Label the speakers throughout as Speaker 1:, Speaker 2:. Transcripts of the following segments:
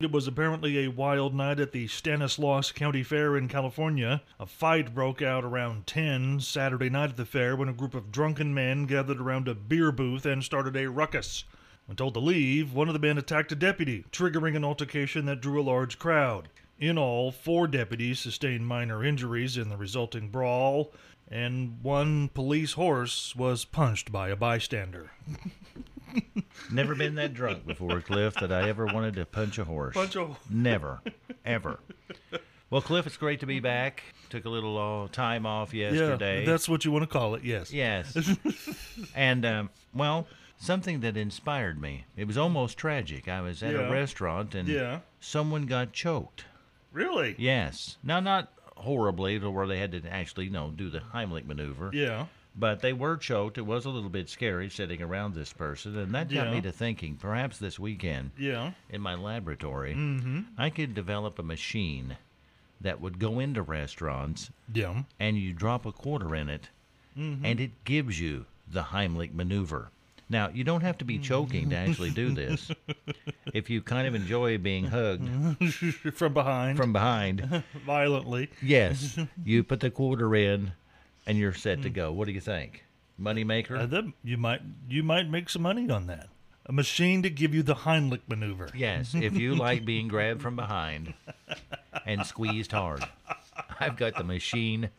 Speaker 1: It was apparently a wild night at the Stanislaus County Fair in California. A fight broke out around 10 Saturday night at the fair when a group of drunken men gathered around a beer booth and started a ruckus. When told to leave, one of the men attacked a deputy, triggering an altercation that drew a large crowd. In all, four deputies sustained minor injuries in the resulting brawl, and one police horse was punched by a bystander.
Speaker 2: Never been that drunk before, Cliff, that I ever wanted to punch a horse.
Speaker 1: Punch a-
Speaker 2: Never, ever. Well, Cliff, it's great to be back. Took a little uh, time off yesterday.
Speaker 1: Yeah, that's what you want to call it, yes.
Speaker 2: yes. and um, well, something that inspired me. It was almost tragic. I was at
Speaker 1: Yeah.
Speaker 2: a restaurant and
Speaker 1: Yeah.
Speaker 2: someone got choked.
Speaker 1: Really?
Speaker 2: Yes. Now, not horribly to where they had to actually, you know, do the Heimlich maneuver.
Speaker 1: Yeah.
Speaker 2: But they were choked. It was a little bit scary sitting around this person, and that got
Speaker 1: Yeah.
Speaker 2: me to thinking. Perhaps this weekend
Speaker 1: Yeah.
Speaker 2: in my laboratory, I could develop a machine that would go into restaurants,
Speaker 1: Yeah.
Speaker 2: and you drop a quarter in it, and it gives you the Heimlich maneuver. Now you don't have to be choking to actually do this. if you kind of enjoy being hugged
Speaker 1: From behind.
Speaker 2: from behind,
Speaker 1: violently.
Speaker 2: yes, you put the quarter in, and you're set to go. What do you think, moneymaker?
Speaker 1: Uh, that, you might you might make some money on that. A machine to give you the Heimlich maneuver.
Speaker 2: Yes, if you like being grabbed from behind and squeezed hard, I've got the machine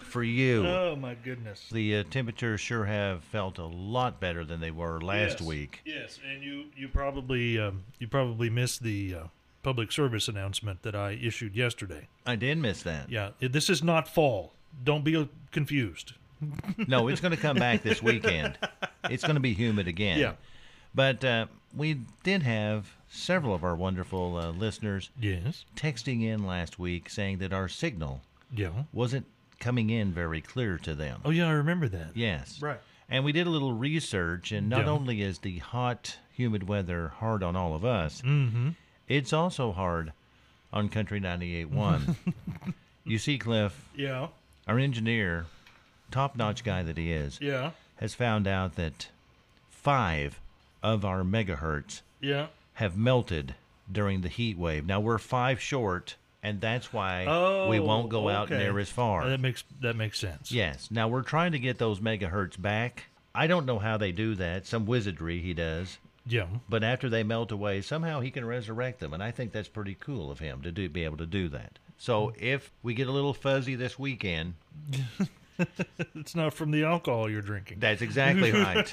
Speaker 2: for you.
Speaker 1: Oh my goodness.
Speaker 2: The uh, temperatures sure have felt a lot better than they were last
Speaker 1: Yes.
Speaker 2: week.
Speaker 1: Yes, and you you probably um, you probably missed the uh, public service announcement that I issued yesterday.
Speaker 2: I did miss that.
Speaker 1: Yeah, i- this is not fall. Don't be uh, confused.
Speaker 2: No, it's going to come back this weekend. It's going to be humid again.
Speaker 1: Yeah.
Speaker 2: But uh, we did have several of our wonderful uh, listeners
Speaker 1: Yes.
Speaker 2: texting in last week saying that our signal
Speaker 1: Yeah.
Speaker 2: wasn't coming in very clear to them.
Speaker 1: Oh yeah, I remember that.
Speaker 2: Yes.
Speaker 1: Right.
Speaker 2: And we did a little research, and not
Speaker 1: Yeah.
Speaker 2: only is the hot, humid weather hard on all of us, mm-hmm. it's also hard on Country 98.1. you see, Cliff,
Speaker 1: Yeah.
Speaker 2: our engineer, top notch guy that he is,
Speaker 1: Yeah.
Speaker 2: has found out that five of our megahertz
Speaker 1: Yeah.
Speaker 2: have melted during the heat wave. Now, we're five short, and that's why we
Speaker 1: Oh,
Speaker 2: won't go out
Speaker 1: okay.
Speaker 2: near as far.
Speaker 1: Uh, That makes that makes sense.
Speaker 2: Yes. Now we're trying to get those megahertz back. I don't know how they do that. Some wizardry he does.
Speaker 1: Yeah.
Speaker 2: But after they melt away, somehow he can resurrect them, and I think that's pretty cool of him to do, be able to do that. So if we get a little fuzzy this weekend,
Speaker 1: It's not from the alcohol you're drinking.
Speaker 2: that's exactly right.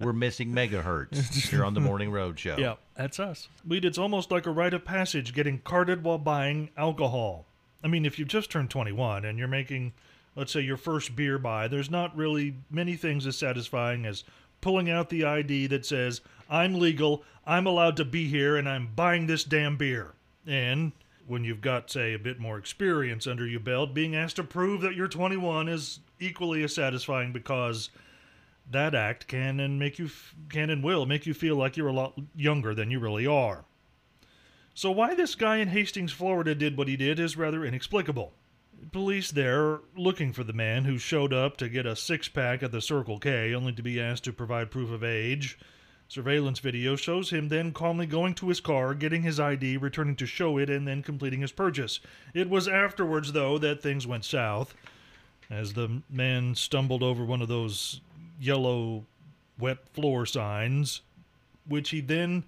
Speaker 2: We're missing megahertz here on the Morning Road Show.
Speaker 1: Yeah, that's us. Weed, it's almost like a rite of passage getting carded while buying alcohol. I mean, if you've just turned 21 and you're making, let's say, your first beer buy, there's not really many things as satisfying as pulling out the ID that says, I'm legal, I'm allowed to be here, and I'm buying this damn beer. And when you've got, say, a bit more experience under your belt, being asked to prove that you're 21 is equally as satisfying because that act can and make you f- can and will make you feel like you're a lot younger than you really are. So why this guy in Hastings, Florida did what he did is rather inexplicable. Police there are looking for the man who showed up to get a six-pack at the Circle K only to be asked to provide proof of age. Surveillance video shows him then calmly going to his car, getting his ID, returning to show it, and then completing his purchase. It was afterwards, though, that things went south as the man stumbled over one of those yellow wet floor signs, which he then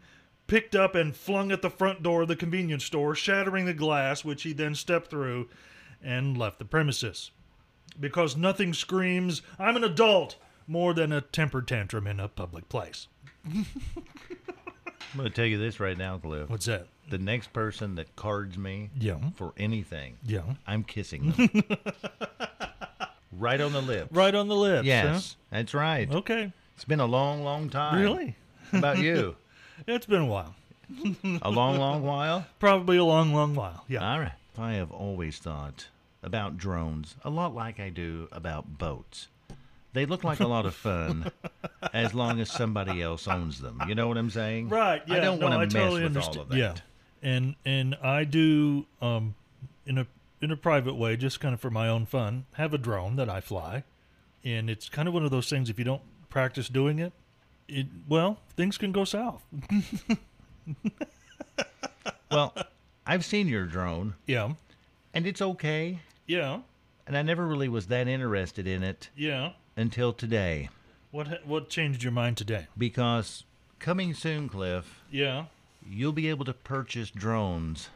Speaker 1: picked up and flung at the front door of the convenience store, shattering the glass, which he then stepped through and left the premises. Because nothing screams, I'm an adult, more than a temper tantrum in a public place.
Speaker 2: I'm going to tell you this right now, Cliff.
Speaker 1: What's that?
Speaker 2: The next person that cards me
Speaker 1: Yeah.
Speaker 2: for anything,
Speaker 1: Yeah.
Speaker 2: I'm kissing them. right on the lips.
Speaker 1: Right on the lips.
Speaker 2: Yes, that's right.
Speaker 1: Okay.
Speaker 2: It's been a long, long time.
Speaker 1: Really?
Speaker 2: How about you?
Speaker 1: It's been a while.
Speaker 2: A long, long while?
Speaker 1: Probably a long, long while. Yeah.
Speaker 2: All right. I have always thought about drones a lot like I do about boats. They look like a lot of fun as long as somebody else owns them. You know what I'm saying?
Speaker 1: Right. Yeah.
Speaker 2: I don't
Speaker 1: no,
Speaker 2: want to
Speaker 1: I
Speaker 2: mess
Speaker 1: totally
Speaker 2: with
Speaker 1: understand.
Speaker 2: all of that.
Speaker 1: Yeah. And and I do um in a in a private way, just kind of for my own fun, have a drone that I fly, and it's kind of one of those things. If you don't practice doing it, it well things can go south.
Speaker 2: Well, I've seen your drone
Speaker 1: Yeah.
Speaker 2: and it's okay.
Speaker 1: Yeah.
Speaker 2: And I never really was that interested in it
Speaker 1: Yeah.
Speaker 2: until today
Speaker 1: What ha- what changed your mind today?
Speaker 2: because coming soon, Cliff,
Speaker 1: Yeah.
Speaker 2: you'll be able to purchase drones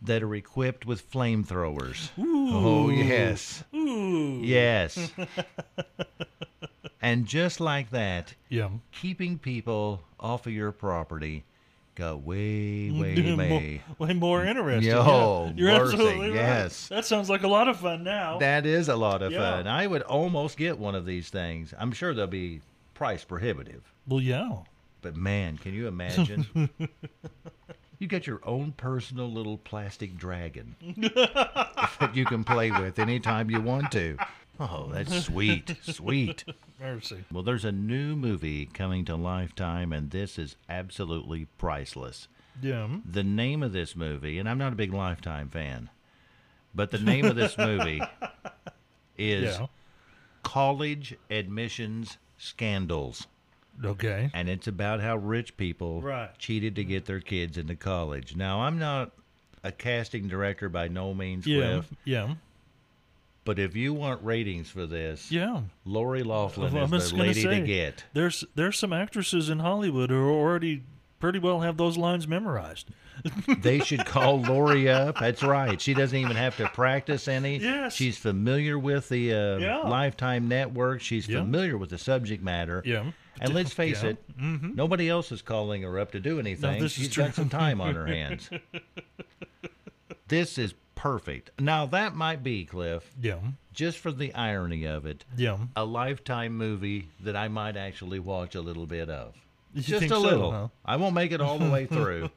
Speaker 2: that are equipped with flamethrowers. Oh, yes.
Speaker 1: Ooh.
Speaker 2: Yes. and just like that,
Speaker 1: Yeah.
Speaker 2: keeping people off of your property got way, way, way.
Speaker 1: Mo- way more interesting.
Speaker 2: Yo,
Speaker 1: yeah. You're
Speaker 2: mercy,
Speaker 1: absolutely right.
Speaker 2: yes.
Speaker 1: That sounds like a lot of fun now.
Speaker 2: That is a lot of
Speaker 1: Yeah.
Speaker 2: fun. I would almost get one of these things. I'm sure they'll be price prohibitive.
Speaker 1: well, yeah.
Speaker 2: But man, can you imagine? you got your own personal little plastic dragon that you can play with anytime you want to. Oh, that's sweet, sweet.
Speaker 1: Mercy.
Speaker 2: Well, there's a new movie coming to Lifetime, and this is absolutely priceless.
Speaker 1: Yeah.
Speaker 2: The name of this movie, and I'm not a big Lifetime fan, but the name of this movie is
Speaker 1: Yeah.
Speaker 2: College Admissions Scandals.
Speaker 1: Okay.
Speaker 2: And it's about how rich people
Speaker 1: Right.
Speaker 2: cheated to get their kids into college. Now, I'm not a casting director by no means,
Speaker 1: Yeah.
Speaker 2: Cliff,
Speaker 1: Yeah.
Speaker 2: but if you want ratings for this,
Speaker 1: Yeah.
Speaker 2: Lori Laughlin
Speaker 1: Well, I was
Speaker 2: is the
Speaker 1: gonna
Speaker 2: lady
Speaker 1: say,
Speaker 2: to get.
Speaker 1: There's there's some actresses in Hollywood who already pretty well have those lines memorized.
Speaker 2: They should call Lori up. That's right. She doesn't even have to practice any.
Speaker 1: Yes.
Speaker 2: She's familiar with the uh,
Speaker 1: Yeah.
Speaker 2: Lifetime Network. She's
Speaker 1: Yeah.
Speaker 2: familiar with the subject matter.
Speaker 1: Yeah.
Speaker 2: And let's face
Speaker 1: Yeah. Mm-hmm.
Speaker 2: it, nobody else is calling her up to do anything.
Speaker 1: this is
Speaker 2: She's got
Speaker 1: true.
Speaker 2: some time on her hands. this is perfect. Now, that might be, Cliff,
Speaker 1: Yeah.
Speaker 2: just for the irony of it,
Speaker 1: Yeah.
Speaker 2: a Lifetime movie that I might actually watch a little bit of.
Speaker 1: You
Speaker 2: Just
Speaker 1: think
Speaker 2: a
Speaker 1: so,
Speaker 2: little.
Speaker 1: huh?
Speaker 2: I won't make it all the way through.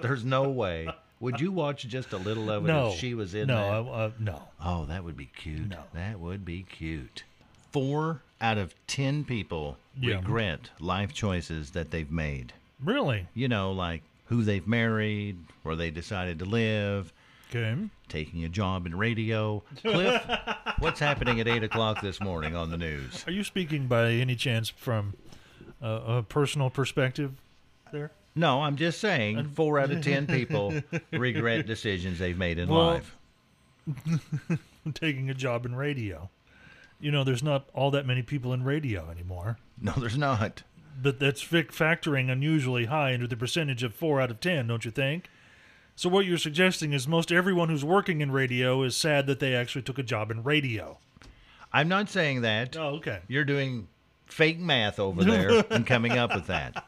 Speaker 2: There's no way. Would you watch just a little of it
Speaker 1: No.
Speaker 2: if she was in
Speaker 1: no,
Speaker 2: that?
Speaker 1: I- I- no.
Speaker 2: Oh, that would be cute.
Speaker 1: No.
Speaker 2: That would be cute. Four out of ten people
Speaker 1: Yeah.
Speaker 2: regret life choices that they've made.
Speaker 1: Really?
Speaker 2: You know, like who they've married, where they decided to live,
Speaker 1: Okay.
Speaker 2: taking a job in radio. Cliff, what's happening at eight o'clock this morning on the news?
Speaker 1: Are you speaking by any chance from uh, a personal perspective there?
Speaker 2: No, I'm just saying four out of ten people regret decisions they've made in
Speaker 1: Well,
Speaker 2: life.
Speaker 1: taking a job in radio. You know, there's not all that many people in radio anymore,
Speaker 2: No, there's not.
Speaker 1: but that's fic- factoring unusually high into the percentage of four out of ten, don't you think? So what you're suggesting is most everyone who's working in radio is sad that they actually took a job in radio.
Speaker 2: I'm not saying that.
Speaker 1: Oh, okay.
Speaker 2: You're doing fake math over there and coming up with that.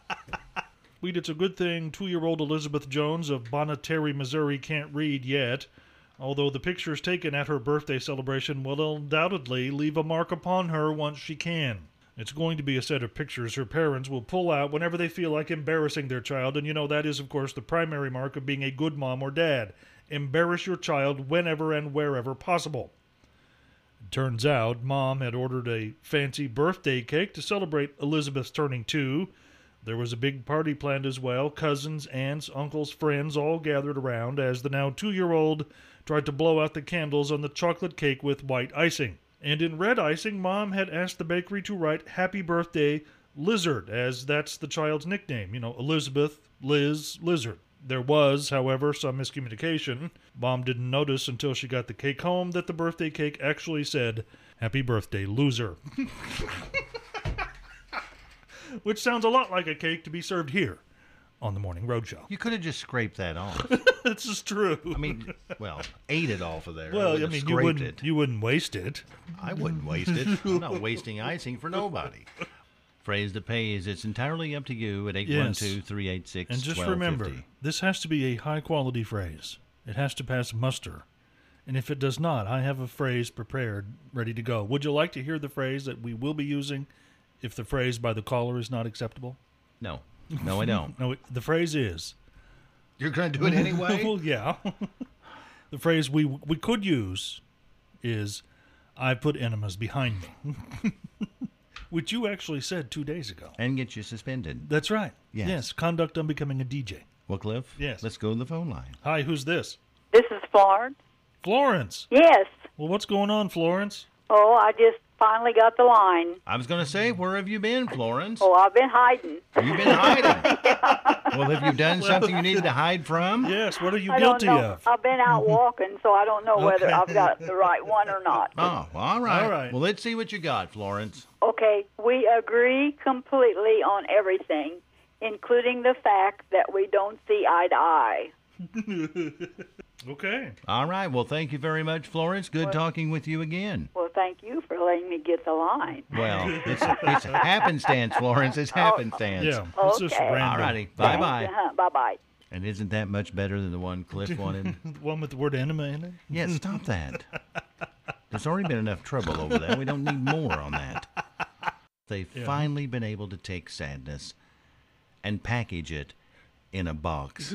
Speaker 1: Weed, it's a good thing two-year-old Elizabeth Jones of Bonneterry, Missouri, can't read yet. Although the pictures taken at her birthday celebration will undoubtedly leave a mark upon her once she can. It's going to be a set of pictures her parents will pull out whenever they feel like embarrassing their child, and you know that is, of course, the primary mark of being a good mom or dad. Embarrass your child whenever and wherever possible. Turns out, Mom had ordered a fancy birthday cake to celebrate Elizabeth's turning two. There was a big party planned as well cousins, aunts, uncles, friends all gathered around as the now two year old tried to blow out the candles on the chocolate cake with white icing. And in red icing, Mom had asked the bakery to write Happy Birthday Lizard, as that's the child's nickname. You know, Elizabeth, Liz, Lizard. There was, however, some miscommunication. Mom didn't notice until she got the cake home that the birthday cake actually said, Happy birthday, loser. Which sounds a lot like a cake to be served here on the Morning Roadshow.
Speaker 2: You could have just scraped that off.
Speaker 1: this is true.
Speaker 2: I mean, well, ate it off of there. I
Speaker 1: well, I
Speaker 2: wouldn't have
Speaker 1: mean, you
Speaker 2: scraped
Speaker 1: wouldn't,
Speaker 2: it.
Speaker 1: you wouldn't waste it.
Speaker 2: I wouldn't waste it. I'm not wasting icing for nobody. Phrase to pay is it's entirely up to you at 812 386
Speaker 1: And just remember, this has to be a high quality phrase. It has to pass muster. And if it does not, I have a phrase prepared, ready to go. Would you like to hear the phrase that we will be using if the phrase by the caller is not acceptable?
Speaker 2: No, no, I don't.
Speaker 1: No, the phrase is.
Speaker 2: You're going to do it anyway?
Speaker 1: Well, yeah. the phrase we we could use is, "I put enemas behind me," which you actually said two days ago.
Speaker 2: and get you suspended.
Speaker 1: That's right.
Speaker 2: Yes.
Speaker 1: yes conduct on becoming a DJ.
Speaker 2: Well, Cliff?
Speaker 1: Yes.
Speaker 2: Let's go to the phone line.
Speaker 1: Hi, who's this?
Speaker 3: This is Florence.
Speaker 1: Florence.
Speaker 3: Yes.
Speaker 1: Well, what's going on, Florence?
Speaker 3: Oh, I just finally got the line.
Speaker 2: I was going to say, where have you been, Florence?
Speaker 3: Oh, I've been hiding.
Speaker 2: You've been hiding. well, have you done something you needed to hide from?
Speaker 1: Yes, what are you
Speaker 3: I don't
Speaker 1: guilty
Speaker 3: know. Uh,
Speaker 1: of? Mm-hmm.
Speaker 3: I've been out walking, so I don't know whether
Speaker 1: Okay.
Speaker 3: I've got the right one or not.
Speaker 2: Oh, all right.
Speaker 1: All right.
Speaker 2: Well, let's see what you got, Florence.
Speaker 3: Okay, we agree completely on everything, including the fact that we don't see eye to eye.
Speaker 1: Okay.
Speaker 2: All right. Well, thank you very much, Florence. Good talking with you again.
Speaker 3: Well, thank you for letting me get the line.
Speaker 2: Well, it's, it's happenstance, Florence. It's happenstance.
Speaker 1: Yeah. It's just
Speaker 3: Okay.
Speaker 1: random.
Speaker 2: All righty. Bye bye.
Speaker 3: Bye bye.
Speaker 2: And isn't that much better than the one Cliff wanted?
Speaker 1: The one with the word enema in it?
Speaker 2: Yeah, stop that. There's already been enough trouble over that. We don't need more on that. They've finally been able to take sadness and package it in a box.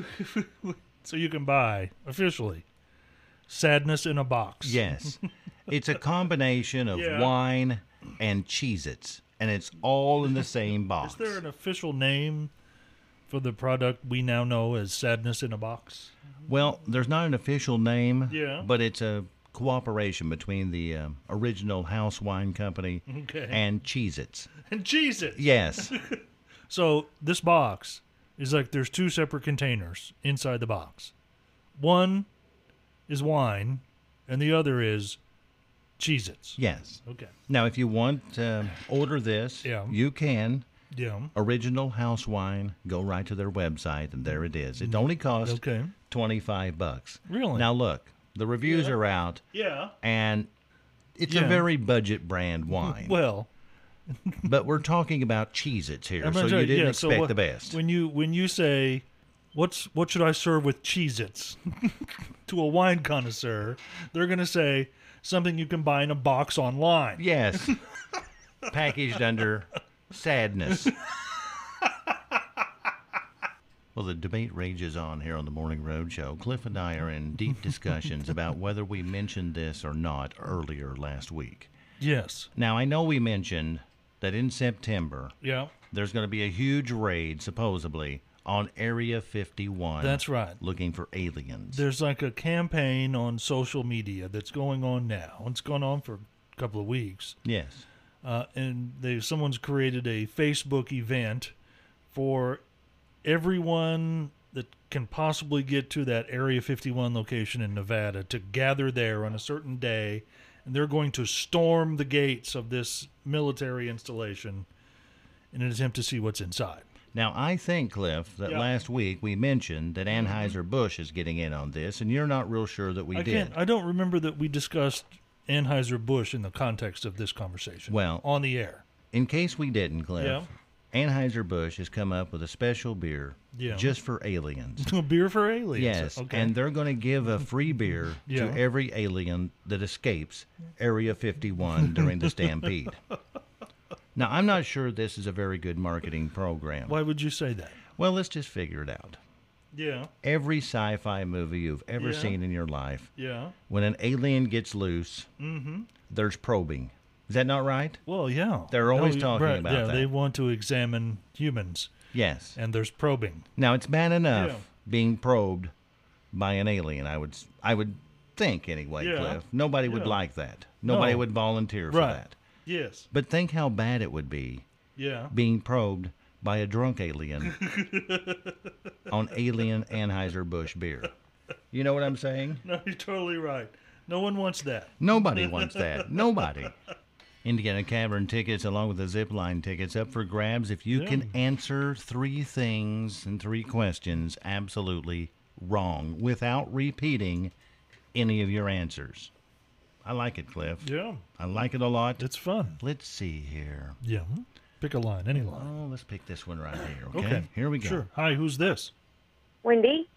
Speaker 1: So you can buy, officially, Sadness in a Box.
Speaker 2: Yes. It's a combination of
Speaker 1: Yeah.
Speaker 2: wine and Cheez Its, and it's all in the same box.
Speaker 1: Is there an official name for the product we now know as Sadness in a Box?
Speaker 2: Well, there's not an official name,
Speaker 1: Yeah.
Speaker 2: but it's a cooperation between the um, original House Wine Company
Speaker 1: Okay.
Speaker 2: and Cheez Its.
Speaker 1: And Jesus.
Speaker 2: Yes.
Speaker 1: So this box is like there's two separate containers inside the box. One is wine, and the other is Cheez Its.
Speaker 2: yes.
Speaker 1: Okay.
Speaker 2: Now, if you want to order this,
Speaker 1: Yeah.
Speaker 2: you can.
Speaker 1: Yeah.
Speaker 2: Original House Wine, go right to their website, and there it is. It only costs
Speaker 1: Mm-hmm. Okay.
Speaker 2: 25 bucks.
Speaker 1: Really?
Speaker 2: Now, look, the reviews are out,
Speaker 1: Yeah.
Speaker 2: and it's
Speaker 1: Yeah.
Speaker 2: a very budget brand wine.
Speaker 1: Well,
Speaker 2: but we're talking about Cheez Its here,
Speaker 1: I'm
Speaker 2: so
Speaker 1: not
Speaker 2: you
Speaker 1: sure-
Speaker 2: didn't
Speaker 1: yeah, so
Speaker 2: expect
Speaker 1: what-
Speaker 2: the best.
Speaker 1: When you when you say, "What's what should I serve with Cheez-Its?" to a wine connoisseur, they're going to say something you can buy in a box online.
Speaker 2: Yes. Packaged under sadness. Well, the debate rages on here on the Morning Road Show. Cliff and I are in deep discussions about whether we mentioned this or not earlier last week.
Speaker 1: Yes.
Speaker 2: Now, I know we mentioned that in September
Speaker 1: Yeah.
Speaker 2: there's going to be a huge raid, supposedly, on Area 51.
Speaker 1: That's right.
Speaker 2: Looking for aliens.
Speaker 1: There's like a campaign on social media that's going on now. It's gone on for a couple of weeks.
Speaker 2: yes.
Speaker 1: uh, and they someone's created a Facebook event for everyone that can possibly get to that Area 51 location in Nevada to gather there on a certain day, and they're going to storm the gates of this military installation in an attempt to see what's inside.
Speaker 2: Now, I think, Cliff, that
Speaker 1: Yeah. Mm-hmm.
Speaker 2: last week we mentioned that Anheuser-Busch is getting in on this, and you're not real sure that we
Speaker 1: I
Speaker 2: did.
Speaker 1: can't. I don't remember that we discussed Anheuser Busch in the context of this conversation.
Speaker 2: Well-
Speaker 1: on the air.
Speaker 2: In case we didn't, Cliff,
Speaker 1: Yeah.
Speaker 2: Anheuser-Busch has come up with a special beer
Speaker 1: Yeah.
Speaker 2: just for aliens.
Speaker 1: Beer for aliens.
Speaker 2: yes,
Speaker 1: Okay.
Speaker 2: and they're going to give a free beer
Speaker 1: Yeah.
Speaker 2: to every alien that escapes Area 51 during the stampede. now, I'm not sure this is a very good marketing program.
Speaker 1: Why would you say that?
Speaker 2: Well, let's just figure it out.
Speaker 1: Yeah.
Speaker 2: Every sci-fi movie you've ever
Speaker 1: Yeah.
Speaker 2: seen in your life
Speaker 1: Yeah.
Speaker 2: when an alien gets loose,
Speaker 1: Mm-hmm.
Speaker 2: there's probing. Is that not right?
Speaker 1: Well, yeah.
Speaker 2: They're always
Speaker 1: you-
Speaker 2: talking about
Speaker 1: yeah,
Speaker 2: that.
Speaker 1: they want to examine humans,
Speaker 2: Yes.
Speaker 1: and there's probing.
Speaker 2: Now it's bad enough
Speaker 1: Uh, Yeah.
Speaker 2: being probed by an alien. I would, s- I would think anyway,
Speaker 1: Yeah.
Speaker 2: Cliff. Nobody would
Speaker 1: Yeah.
Speaker 2: like that. Nobody
Speaker 1: No.
Speaker 2: would volunteer for
Speaker 1: Right.
Speaker 2: that.
Speaker 1: Yes.
Speaker 2: But think how bad it would be
Speaker 1: Yeah.
Speaker 2: being probed by a drunk alien on alien Anheuser Busch beer. You know what I'm saying?
Speaker 1: No, you're totally right. No one wants that.
Speaker 2: Nobody wants that. Nobody. Indiana Cavern tickets, along with the zip line tickets, up for grabs if you can answer three things and three questions absolutely wrong without repeating any of your answers. I like it, Cliff.
Speaker 1: Yeah.
Speaker 2: I like it a lot.
Speaker 1: It's fun.
Speaker 2: Let's see here.
Speaker 1: Yeah. Pick a line, any line.
Speaker 2: Oh, let's pick this one right here. Okay.
Speaker 1: Okay.
Speaker 2: Here we go.
Speaker 1: Sure. Hi, who's this?
Speaker 4: Wendy,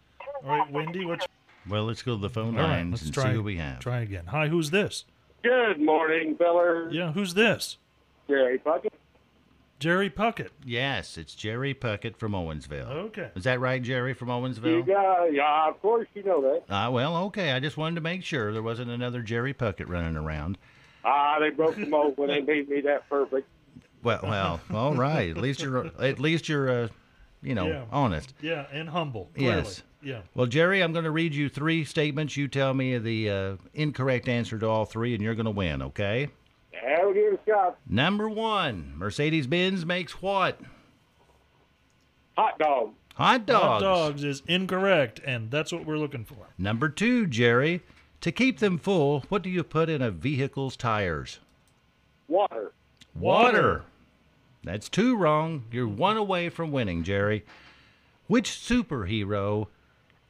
Speaker 1: All right, Wendy. What's
Speaker 2: Well, let's go to the phone
Speaker 1: all right?
Speaker 2: lines
Speaker 1: Let's
Speaker 2: and
Speaker 1: try.
Speaker 2: see who we have.
Speaker 1: Try again. Hi, who's this?
Speaker 5: Good morning, fellers.
Speaker 1: Yeah. Who's this?
Speaker 5: Gary Puckett.
Speaker 1: Jerry Puckett.
Speaker 2: Yes, it's Jerry Puckett from Owensville.
Speaker 1: Okay.
Speaker 2: Is that right, Jerry from
Speaker 4: You
Speaker 2: Owensville?
Speaker 4: got, yeah, of course you know that.
Speaker 2: Ah, well, okay. I just wanted to make sure there wasn't another Jerry Puckett running around.
Speaker 4: Ah, they broke the mold when they made me that perfect.
Speaker 2: Well, well, all right. At least you're, at least you're, uh, you know,
Speaker 1: Yeah.
Speaker 2: honest.
Speaker 1: Yeah, and humble. Clearly.
Speaker 2: Yes.
Speaker 1: Yeah.
Speaker 2: Well, Jerry, I'm going to read you three statements. You tell me the uh, incorrect answer to all three, and you're going to win. Okay.
Speaker 4: Yeah, we'll give it a shot.
Speaker 2: Number one, Mercedes Benz makes what?
Speaker 4: Hot dog.
Speaker 2: Hot dogs.
Speaker 1: Hot dogs is incorrect, and that's what we're looking for.
Speaker 2: Number two, Jerry, to keep them full, what do you put in a vehicle's tires?
Speaker 4: Water.
Speaker 1: Water.
Speaker 2: That's two wrong. You're one away from winning, Jerry. Which superhero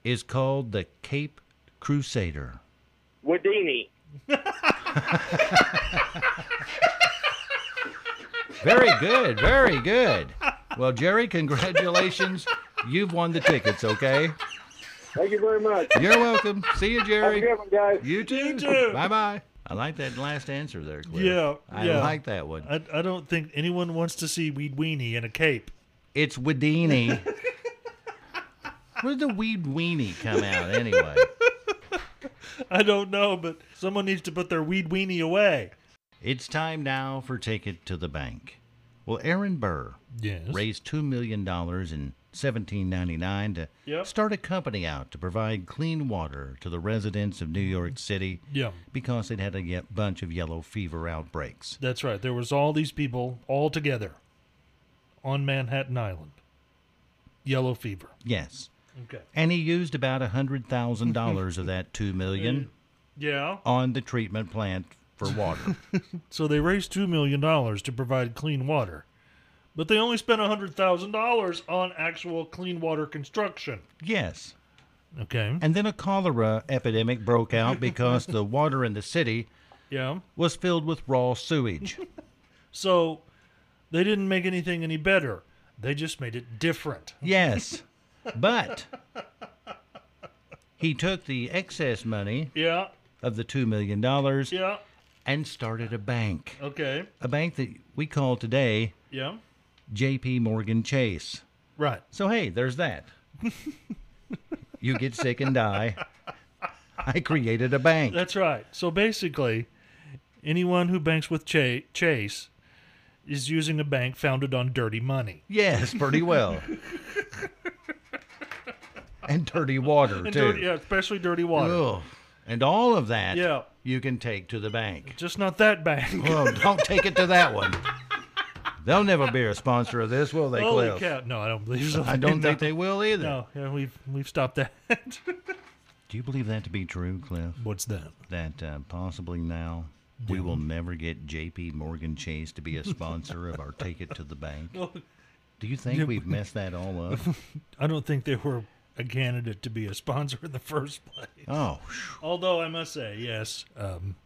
Speaker 2: is called the Cape Crusader?
Speaker 4: Wadini.
Speaker 2: Very good, very good. Well, Jerry, congratulations. You've won the tickets, okay?
Speaker 4: Thank you very much.
Speaker 2: You're welcome. See you,
Speaker 4: Have a
Speaker 2: Jerry.
Speaker 4: good one, guys.
Speaker 2: You too.
Speaker 1: too.
Speaker 2: Bye bye. I like that last answer there, Cliff.
Speaker 1: Yeah,
Speaker 2: I
Speaker 1: yeah.
Speaker 2: like that one.
Speaker 1: I, I don't think anyone wants to see Weed Weenie in a cape.
Speaker 2: It's Wedini. Where did the weed weenie come out anyway?
Speaker 1: I don't know, but someone needs to put their Weed Weenie away.
Speaker 2: It's time now for Take It to the Bank. Well, Aaron Burr
Speaker 1: Yes.
Speaker 2: raised $2 million in 1799 to
Speaker 1: Yep.
Speaker 2: start a company out to provide clean water to the residents of New York City
Speaker 1: Yeah.
Speaker 2: because it had a ye- bunch of yellow fever outbreaks.
Speaker 1: That's right. There was all these people all together on Manhattan Island. Yellow fever.
Speaker 2: Yes.
Speaker 1: Okay.
Speaker 2: And he used about $100,000 of that $2 million
Speaker 1: Yeah.
Speaker 2: on the treatment plant for water.
Speaker 1: So they raised $2 million to provide clean water, but they only spent $100,000 on actual clean water construction.
Speaker 2: yes.
Speaker 1: Okay.
Speaker 2: And then a cholera epidemic broke out because the water in the city
Speaker 1: Yeah.
Speaker 2: was filled with raw sewage.
Speaker 1: So they didn't make anything any better. They just made it different.
Speaker 2: Yes. But he took the excess money
Speaker 1: Yeah.
Speaker 2: of the $2 million
Speaker 1: Yeah.
Speaker 2: and started a bank.
Speaker 1: Okay.
Speaker 2: A bank that we call today
Speaker 1: Yeah.
Speaker 2: JP Morgan Chase.
Speaker 1: Right.
Speaker 2: So, hey, there's that. you get sick and die. I created a bank.
Speaker 1: That's right. So basically, anyone who banks with Cha- Chase is using a bank founded on dirty money
Speaker 2: Yes, pretty well. and dirty water,
Speaker 1: and
Speaker 2: too.
Speaker 1: dirty, yeah, especially dirty water.
Speaker 2: Ugh. And all of that
Speaker 1: Yeah.
Speaker 2: you can take to the bank.
Speaker 1: Just not that bank.
Speaker 2: Well, don't take it to that one. They'll never be a sponsor of this, will they,
Speaker 1: Holy
Speaker 2: Cliff?
Speaker 1: cow! No, I don't believe so.
Speaker 2: I don't
Speaker 1: No.
Speaker 2: think they will either.
Speaker 1: No, yeah, we've we've stopped that.
Speaker 2: Do you believe that to be true, Cliff?
Speaker 1: What's that?
Speaker 2: That uh, possibly now we will never get J.P. Morgan Chase to be a sponsor of our Take It to the Bank? Do you think we've messed that all up?
Speaker 1: I don't think they were a candidate to be a sponsor in the first place.
Speaker 2: Oh, phew.
Speaker 1: Although I must say, yes, um,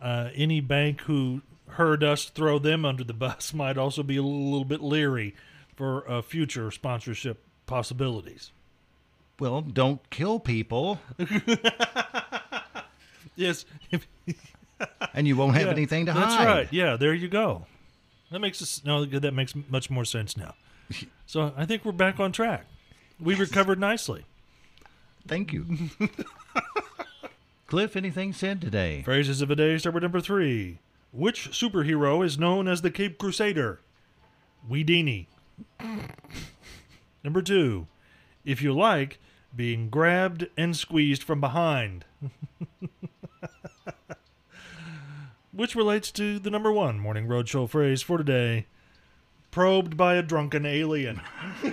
Speaker 1: uh, any bank who heard us throw them under the bus might also be a little, little bit leery for uh, future sponsorship possibilities.
Speaker 2: well, don't kill people,
Speaker 1: Yes, if-
Speaker 2: and you won't have
Speaker 1: yeah,
Speaker 2: anything to
Speaker 1: that's
Speaker 2: hide.
Speaker 1: right. Yeah, there you go. That makes us no. That makes much more sense now. So I think we're back on track. We recovered nicely.
Speaker 2: Thank you. Cliff, anything said today?
Speaker 1: Phrases of the day start with number three. Which superhero is known as the Cape Crusader? Weedini. number two. If you like, being grabbed and squeezed from behind. Which relates to the number one Morning Roadshow phrase for today probed by a drunken alien.